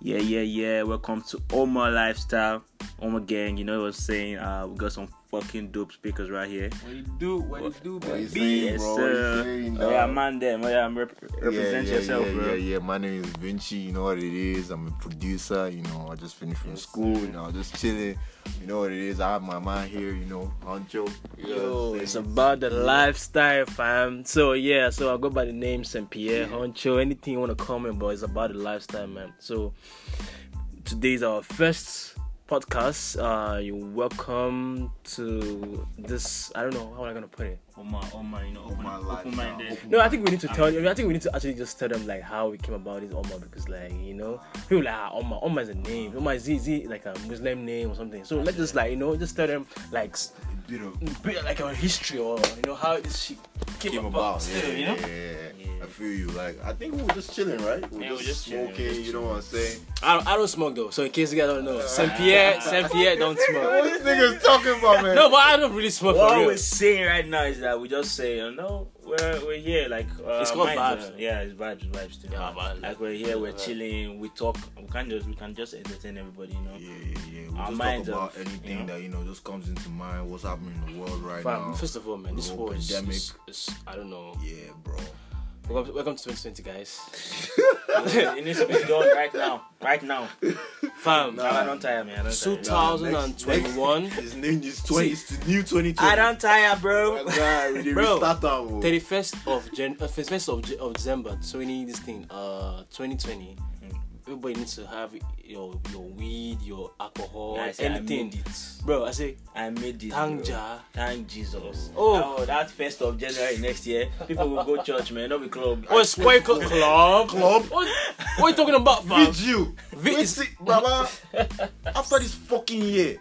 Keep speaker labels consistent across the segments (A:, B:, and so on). A: Yeah, yeah, yeah. Welcome to Oma Lifestyle. Oma Gang, you know what I'm saying? Uh, we got some fucking dope speakers right here.
B: What you do? What,
A: What-
B: you do,
C: What you
B: baby?
C: saying,
A: yes,
C: bro?
A: sir.
C: What you saying,
A: oh, yeah,
C: dog?
A: man, them. Oh, yeah, I'm rep- represent
C: yeah,
A: yourself,
C: yeah,
A: bro.
C: Yeah, yeah. My name is Vinci. You know what it is. I'm a producer. You know, I just finished from school. You know, just chilling. You know what it is. I have my mind here. You know, honcho. You know what
B: Yo,
C: I'm
B: it's
C: saying?
B: about the lifestyle, fam. So yeah, so I go by the name Saint Pierre, Honcho. Anything you wanna comment, but it's about the lifestyle, man. So today's our first podcast. Uh, you're welcome to this. I don't know how am I gonna put it.
A: Oma, Oma, you know, open,
C: Oma Lifestyle.
A: open-minded.
B: No, I think we need to tell. I, mean, I think we need to actually just tell them like how we came about this Omar because like you know people like ah, Omar. Omar is a name. Omar is, is is like a Muslim name or something. So let's just like you know just tell them like s-
C: You know,
B: bit like our history or you know how this shit came,
C: came
B: about.
C: about. Yeah,
B: still, you
C: yeah,
B: know.
C: yeah, yeah. I feel you. Like, I think we were just chilling, right? We were
A: Yeah,
C: just,
A: we're just chilling,
C: smoking.
A: just
C: you know what I'm saying?
B: I, don't- I don't smoke though, so in case you guys don't know, Saint Pierre, Saint Pierre don't
C: What
B: smoke.
C: this nigga's talking about, man?
B: No, but I don't really smoke
A: What
B: for real.
A: we're saying right now is that we just say, you know, we're, we're here, like uh,
B: It's called
A: mine's,
B: vibes.
A: uh, yeah, it's vibes, vibes too.
B: Yeah, man.
A: like we're here, we're
B: Yeah.
A: chilling, we talk. We can just, we can just entertain everybody, you know.
C: Yeah, yeah, yeah. We
A: Our
C: just talk
A: minds are-
C: about anything
A: you know?
C: that you know just comes into mind. What's happening in the world right
B: Fam,
C: now?
B: first of all, man, this
C: the
B: war is,
C: pandemic.
B: is, is I don't know.
C: yeah, bro.
B: Welcome, welcome to 2020, guys.
A: it needs to be done right now, right now.
B: Fam,
A: I don't tire, man. I don't
B: So
A: tire.
B: tough. 2021.
C: His name is twenty. It's the new twenty twenty.
A: I don't tire, bro.
B: Bro,
C: bro. Start out, oh. bro.
B: Thirty first of Jan, uh, first of, Jan- of December, twenty this thing, uh, twenty twenty.
A: Mm.
B: Everybody needs to have your your weed, your alcohol,
A: I say, I
B: anything,
A: made it.
B: bro. I say
A: I made it.
B: thank
A: bro.
B: Jah.
A: Thank Jesus.
B: Oh.
A: Oh. that first of January next year, people will go church, man. Not be club.
B: Oh, square cl- club,
C: Club?
B: What, what are you talking about, fam?
C: Vigil.
B: Vi-
C: Wait, see, Baba. after this fucking year,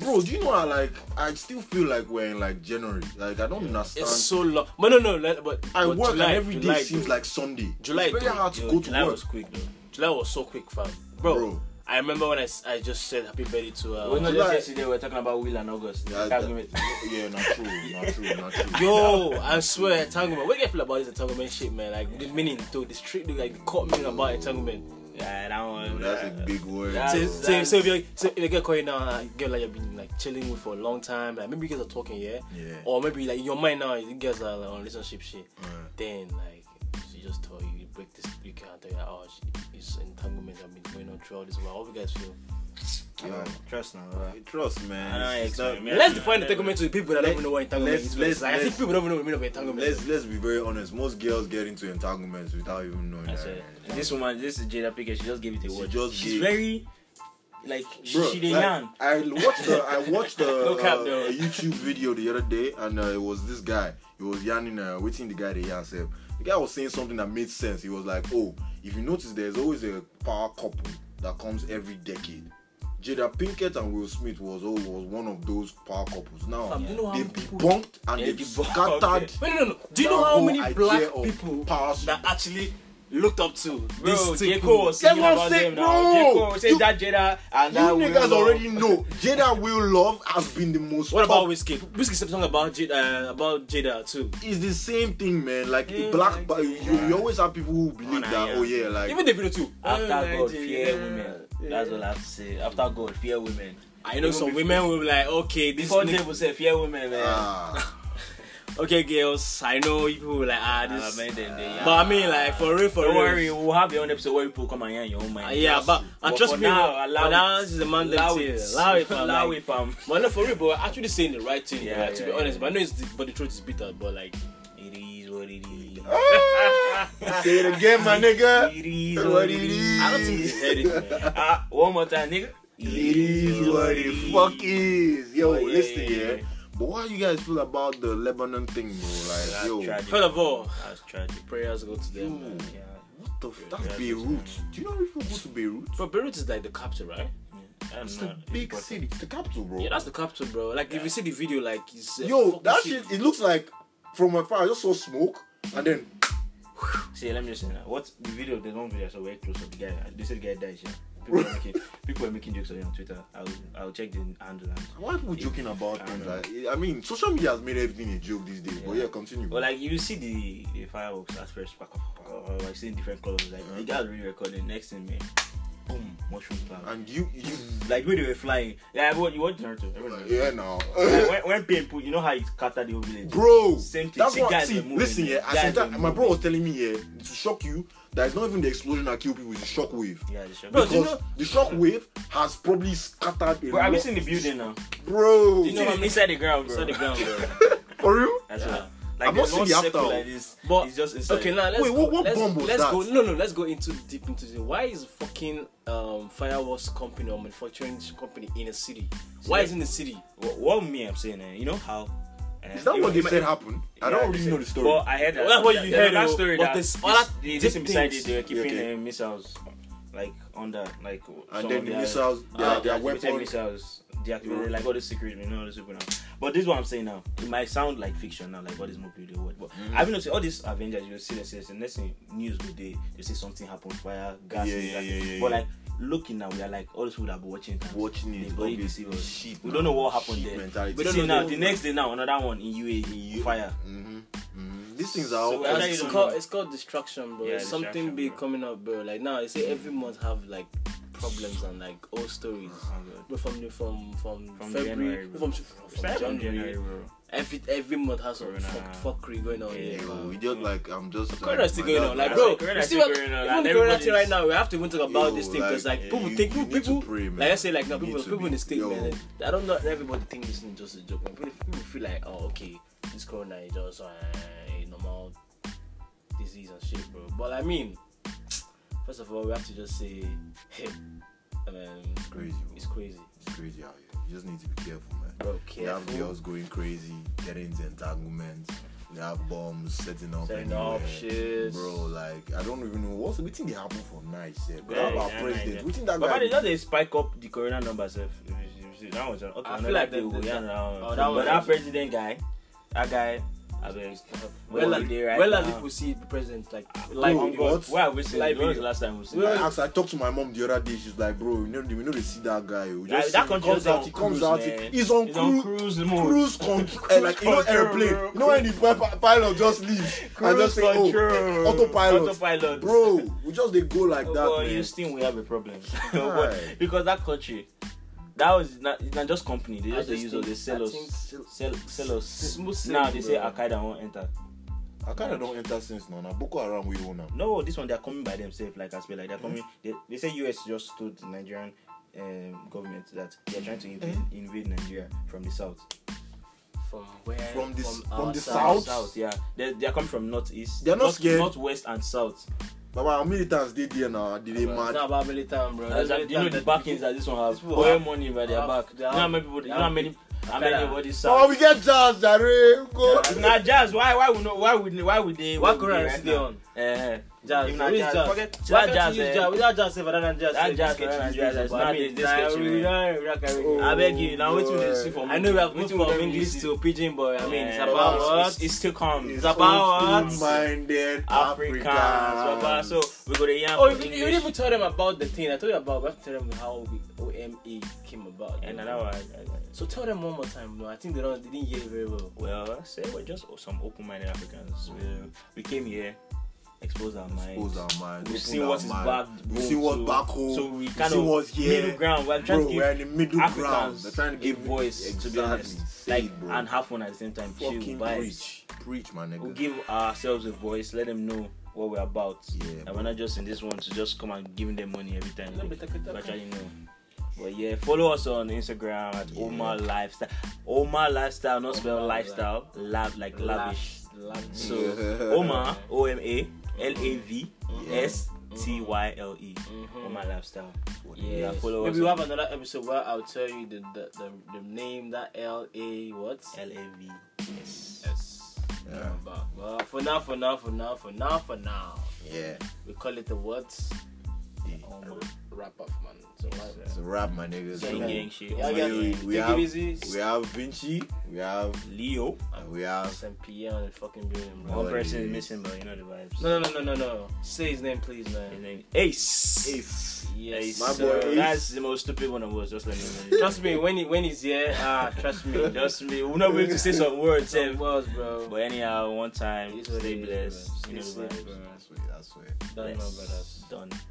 C: bro. Do you know? I like. I still feel like we're in like January. Like I don't understand.
B: It's so long. But no, no, let- but
C: I
B: but
C: work
B: July,
C: and every day
B: July,
C: seems
B: though.
C: like Sunday.
B: July,
C: It's
B: dude.
C: very hard to
A: Yo,
C: go to
A: July
C: work.
A: was quick though.
B: July was so quick, fam, bro.
C: Bro.
B: I remember when I, s- I just said happy birthday to uh,
A: Well, no,
C: July-
A: just yesterday we were talking about Will and August.
C: Yeah,
A: Can't
C: that-
A: give it-
C: yeah, not true. Not true. Not true.
B: Yo, I swear, entanglement. What do you feel about this entanglement shit, man? Like the meaning, though, the street, like the court meaning about entanglement.
A: Yeah, that one.
C: That's a big word.
A: That's-
B: So,
C: bro.
B: so, so if you so if a girl call you now, uh, girl like you've been like chilling with for a long time, like maybe you guys are talking, yeah,
C: Yeah.
B: or maybe like in your mind now, you guys are like on relationship shit.
C: Mm.
B: Then like she just told you, you break this, you can't tell you, like, oh, she, it's entanglement. I've been going on throughout this while. What do you guys feel?
C: Yo,
A: Trust now, bro.
C: Trust, man.
A: I know,
C: It's not-
A: experiment. Yeah, yeah,
B: let's define
A: yeah.
B: entanglement to the people that don't
C: Let's-
B: even know what entanglement
C: let's-
B: is.
C: let's-
B: like, I think
C: let's-
B: people don't even know the meaning of entanglement.
C: Let's let's be very honest. Most girls get into entanglements without even knowing
A: That's
C: that.
A: it.
C: man.
A: This woman, this is Jada Pinkett. She just gave it a
C: She
A: word.
C: just
A: She's
C: gave-
A: very, like, she,
C: Bro,
A: she dey
C: like,
A: yarn.
C: I watched the I watched the
B: No cap,
C: uh,
B: though.
C: a YouTube video the other day, and uh, it was this guy. He was yarning, uh, waiting the guy to yarn self. The guy was saying something that made sense. He was like, "Oh, if you notice, there's always a power couple that comes every decade." Jada Pinkett and Will Smith was oh, was one of those power couples. Now
B: Fam, do you know how
C: they've
B: many people-
C: debunked and
A: They
C: they've
A: debunked
C: scattered.
A: it.
B: Wait, no, no, no. Do you
C: that
B: know how
C: whole
B: many
C: idea
B: black
C: of
B: people
C: power
B: that actually looked up to
A: Bro,
B: this
A: J.
B: thing?
A: Cole was singing
C: Everyone
A: about
C: say,
A: them now. J.
C: bro,
A: Cole said
C: you-
A: that Jada and
C: You
A: that Will
C: niggas
A: love.
C: already know Jada Will Love has been the most.
B: What
C: top-
B: about Whiskey? Whiskey said something about Jada, uh, about Jada too.
C: It's the same thing, man. Like
B: Yeah,
C: black,
B: like,
C: you, you always have people who believe
A: nah,
C: that.
A: yeah.
C: Oh yeah, like
B: Even the video too.
A: After God, fear
B: Yeah.
A: women. That's all I have to say. After God, fear women.
B: I know
A: Even
B: some
A: before-
B: women will be like, okay, this.
A: Before
B: nigga-
A: Dave will say, fear women, man.
C: ah,
B: okay, girls. I know you people will like, ah,
A: And I
B: this.
A: made them, they yarn.
B: but I mean, like for real, for
A: Don't
B: real.
A: worry, we'll have your own episode where people come and hear your own
B: Uh,
A: mind.
B: yeah, but and
A: But
B: trust
A: for
B: me,
A: now,
B: but
A: allow
B: now
A: it.
B: this is the man
A: Allow
B: them
A: it.
B: too. Allow it, fam,
A: Allow
B: like-
A: it, fam.
B: But no, for real, but actually saying the right thing.
A: Yeah,
B: like, to
A: yeah,
B: be
A: yeah.
B: honest, but I know it's the, but the truth is bitter. But like,
A: It is what it is.
C: say it again, my nigga.
A: It is
C: What
A: what
C: it
A: it
C: is.
A: is.
B: I don't think they heard it. Man.
A: Ah, one more time, nigga.
C: It is what it fuck is. Yo,
A: Oh, yeah,
C: listen,
A: yeah,
C: yeah.
A: yeah.
C: But what you guys feel about the Lebanon thing, bro? Like,
A: That's
C: yo,
A: tragic.
B: First of all-
A: that's tragic.
B: Prayers go to them. Man.
A: Yeah.
C: what the f- that's
A: Yeah,
C: Beirut. Do you know if people go to Beirut?
B: Bro, Beirut is like the capital, right?
A: I don't
C: It's
A: know.
C: the big
A: It's
C: city. It's the capital, bro.
B: Yeah, that's the capital, bro. Like if you see the video, like it's uh,
C: yo,
B: fucking
C: that
B: sick.
C: shit. It looks like from afar. I just saw smoke, and then
A: See, let me just say now. What the video? There's one video I saw very close of the guy. They said the guy dies. Yeah. People are making people are making jokes on it on Twitter. I'll I'll check the handle and.
C: Why are people joking about
A: I
C: things?
A: know.
C: Like, I mean, social media has made everything a joke these days. But
A: Yeah.
C: yeah, continue.
A: But like you see the, the
C: Uh-huh.
A: fireworks at first, pack up, pack up, pack up, like seeing different colors. Like the guy was really recording. Next thing, man, boom, mushroom cloud.
C: And you, you,
A: Like when they were flying, yeah, everyone, you watch Naruto. Everyone.
C: like, yeah, now,
A: Like, when, when pain put, you know how it scattered the whole village.
C: bro.
A: Same thing.
C: That's
A: See,
C: what.
A: guys
C: See,
A: were moving.
C: listen, yeah. I
A: Guys
C: said
A: were
C: that. My
A: moving.
C: bro was telling me, yeah, to shock you, that it's not even the explosion that killed people; it's the shock wave.
A: Yeah, the shock.
B: Bro,
A: Bro,
B: do you
C: Because the shock wave has probably scattered. A
A: bro, have you
C: lot-
A: seen the building now?
C: bro?
A: You
B: know what I
A: know,
B: mean?
A: inside the ground, bro.
B: Inside the ground,
A: bro.
C: For real?
A: That's
B: Yeah.
A: yeah. Like
C: I've
A: there's
C: not
A: one
C: seen the
A: circle
C: after.
A: like this.
B: But
A: it's just inside.
B: okay, now let's
C: Wait,
B: go,
C: what- what
B: let's,
C: bomb was
B: let's
C: that?
B: go. No, no, let's go into deep into this. Why is fucking um, fireworks company or manufacturing company in a city? Why
A: that-
B: is it in the city?
A: What, what me I'm saying, eh, you know how? Uh,
C: Is that
A: you
C: what
A: know,
C: they said happened?
A: yeah,
C: I don't
A: they
C: really
A: said-
C: know the story.
A: Well, I heard that.
B: Well, what you
A: that,
B: heard,
A: that
B: oh,
A: story
B: but
A: that
B: this-
A: this,
B: all that
A: the,
B: deep
A: this beside
B: things.
A: it, they were keeping
C: okay.
A: uh, missiles like under, like some
C: and then
A: of
C: the
A: their-
C: missiles, their,
A: uh,
C: their
A: deactivated
C: weapons.
A: missiles, deactivated, like all the secret, you know, all the super now. But this is what I'm saying now. It might sound like fiction now, like all this movie they watch. But I've been noticing all these Avengers, you see, they say, the next thing news go day, they say something happened, fire, gas,
C: Yeah,
A: and
C: yeah,
A: that.
C: yeah, yeah,
A: But
C: yeah.
A: like looking now, we are like all these people that have been watching it,
C: Watching
A: they've
C: it,
A: already
C: obviously.
A: deceived us.
C: Sheep
A: We don't know what happened
C: sheep
A: there.
C: mentality.
A: We don't
C: See,
A: know now.
C: they-
A: The next day now, another one in UAE, fire.
C: Mm-hmm. Mm-hmm. These things are
A: So
C: all.
A: whether you
B: it's
A: don't
B: called
A: know.
B: it's called distraction, bro.
A: Yeah,
B: it's something
A: distraction,
B: big
A: bro.
B: coming up, bro. Like now, they say every month have like problems and like old stories. But from the from from,
A: From
B: February,
A: January, bro.
B: from, from January, every every month has some
A: Corona.
B: fuck, fuckery going on.
A: Yeah,
B: here,
C: Yo,
B: bro.
C: we just like I'm just.
B: Corona is
C: like,
B: still
C: my
B: going
C: dad-
B: on, like
A: that's
B: bro.
A: like, Corona
B: you
A: is
B: see
A: still
B: what?
A: going on,
B: Even
A: and
B: the Corona thing
A: everybody's-
B: right now, we have to even talk about
C: Yo,
B: this thing because
C: like,
B: like,
C: eh,
B: people
C: you-
B: think
C: you need to
B: people,
C: pray, man.
B: like I say, like now
C: You
B: people,
C: need to
B: people in
C: be-
B: the state,
C: yo.
B: man. like, I don't know. Everybody think this is just a joke, man. People people feel like, oh, okay, this Corona is just uh, a normal disease and shit, bro. But I mean, first of all, we have to just say, hey, I mean,
C: It's crazy. Bro.
B: it's crazy,
C: It's crazy out here. You just need to be careful, man.
B: bro.
C: We have
B: Careful,
C: girls going crazy, getting into entanglements. They have bombs setting up.
B: setting up
C: anywhere.
B: shit,
C: Bro, like I don't even know what's we think they happen for night, yeah. But
A: Yeah,
C: how about
A: yeah,
C: president?
A: yeah.
C: We think that
A: But they
C: guy.
A: just they spike up the corona numbers. eh, If, if, if, if, that was okay.
B: I feel
A: another
B: like
A: day
B: they-
A: we
B: they-
A: yarn around.
B: oh, that
A: but
B: was-
A: that president guy, that guy, I beg.
B: Well,
A: Well,
B: like,
A: they right
B: well,
A: now.
B: as if we see the president, like,
A: Like,
B: like,
C: Bro,
A: on God,
C: what?
A: where have we seen?
B: Like
A: Like, when was
B: video.
A: the last time we seen?
C: I
A: that?
C: asked, I talked to my mom the other day. She's like, "Bro, you know, we know they see that guy.
A: Like,
C: We just
A: that
C: see him,
A: country
C: comes
A: is on
C: out, he comes
A: cruise,
C: out,
A: man.
C: he's on
A: He's on
C: cruise,
A: cruise mode.
C: cruise control, eh, like you know,
A: control,
C: airplane.
A: bro.
C: You know when the pi- pilot just leaves and just say, "Oh,
A: control.
C: autopilot."
A: Autopilot.
C: Bro, we just they go like
A: Oh,
C: that,
A: well,
C: man.
A: Houston, we have a problem.
C: Right.
A: because that country, that was not, it's not just company. They
B: I
A: just, they
B: just
A: use all
B: think-
A: the
B: I
A: sell us,
B: think-
A: sell, sell us.
B: Smooth
A: now
B: sailing,
A: they say
B: bro.
A: Al Qaeda won't enter.
C: I kind of don't enter since now. Now Boko Haram we own them.
A: No, this one they are coming by themselves. Like I said, like they're coming. They, they say US just told the Nigerian um, government that they are trying to invade,
B: Mm-hmm.
A: invade Nigeria from the south.
B: from where?
C: From the- from
B: our
C: the
B: side.
C: South?
A: South, yeah. They, they are coming from northeast.
C: They are not
A: north,
C: scared.
A: Northwest and south.
C: But our militants did there now. Did they
B: It's
C: mad?
B: not about militant, bro.
A: That's like, you know the backings that this one has.
B: people
A: Oil
B: have-
A: money by their
B: have-
A: back.
B: they
A: You know how
B: have-
A: many people?
B: they
A: You know how
B: have
A: many?
B: big-
A: How
B: Al-Qaeda.
A: many bodies?
C: Oh,
A: south?
C: we get jazz, Jare. Go.
A: If na jazz, why why we no why would why would they
B: Why
A: would they
B: Quran
A: right
B: is there
A: now?
B: on?
A: Eh, eh.
B: Jazz,
A: If na
B: who is
A: jazz,
B: jazz?
A: forget
B: Why
A: why
B: can't
A: jazz.
B: you use
A: eh,
B: jazz? Without jazz, if I don't jazz,
A: That
B: eh,
A: jazz,
B: sketchy,
A: eh,
B: sketchy,
A: jazz,
B: sketchy,
A: it's not
B: I
A: me,
B: mean,
A: this
B: I-
A: sketchy,
B: we
A: eh.
B: don't- we don't carry-
C: Oh,
A: I beg you now. Wait till they see for
B: I know we have
A: wait
B: moved
A: till we
B: from
A: don't
B: English
A: see.
B: to Pidgin, but I mean, it's
A: Eh,
B: about
A: it's-
B: what?
A: it's- It's still calm. It's
C: It's
A: about
B: us.
C: minded
A: Africans. Baba, So we go to yam. for
B: Oh, you, you
A: English.
B: didn't even tell them about the thing. I told you about. We have to tell them how we, OME came about.
A: And another one. I- I-
B: So tell them one more time. No, I think they don't. They didn't hear it very well.
A: Well, I say we're just some open-minded Africans. We- We came here, exposed our minds.
C: Expose our mind.
A: We've
C: open
A: seen
C: our
A: what is
C: mind.
A: back.
C: We've seen what's
A: so-
C: back home.
A: So we
C: We've
A: kind
C: seen
A: of
C: what's here.
A: middle ground. We're trying
C: Bro,
A: to
C: we're
A: give
C: in the middle ground.
A: Africans
C: They're trying to give
A: a voice, to be honest.
C: Say it,
A: Like
C: bro.
A: and have fun at the same time. Chill,
C: Fucking
A: vibes.
C: preach. Preach, my nigga.
A: We'll give ourselves a voice. Let them know what we're about.
C: Yeah,
A: and
C: bro.
A: we're not just in this one to just come and giving them money every time.
B: Let me
A: Like,
B: take it,
A: we
B: okay.
A: actually know. But yeah, follow us on Instagram at
C: Yeah.
A: Omar Lifestyle. Omar Lifestyle, not spell
B: Omar
A: lifestyle. Lab like lavish.
B: Lavish.
A: So
C: Yeah.
A: Omar O M A L A V S T Y L E. Omar Lifestyle.
B: Yeah,
A: Yeah, follow
B: Mm-hmm. Maybe
A: us
B: we'll
A: on-
B: have another episode where I'll tell you the the, the, the name that L A what
A: L A V S.
B: S.
C: Yeah.
B: But, but for now, for now, for now, for now, for now,
C: Yeah.
B: we call it the words
C: Yeah.
B: um, wrap up, man. So
A: Yes,
B: why-
C: It's a wrap, my nigga. So,
A: Gang gang shit.
B: Yeah, yeah.
C: we, we,
B: Take
C: have,
B: it easy.
C: we have Vinci. We have.
A: Leo.
C: We have.
B: Saint Pierre on the fucking building, bro.
A: One
C: it
A: person
C: is.
A: is missing, but you know the vibes.
B: No, no, no, no, no, no. Say his name, please,
A: His
B: man.
A: name Ace.
C: Ace.
B: Yes,
C: My
B: sir.
C: boy, Ace.
A: That's the most stupid one of us. Just let me know.
B: Trust me, when he, when he's here, ah, trust me.
A: Just me. We're not able to say some words. eh.
B: Some words, bro.
A: But anyhow, one time,
B: It's what
A: stay
B: it is,
A: blessed.
B: bro.
A: You know
B: Stay
A: the
B: safe,
A: vibes.
B: bro.
C: That's way. That's way.
B: Don't know about us.
A: Done.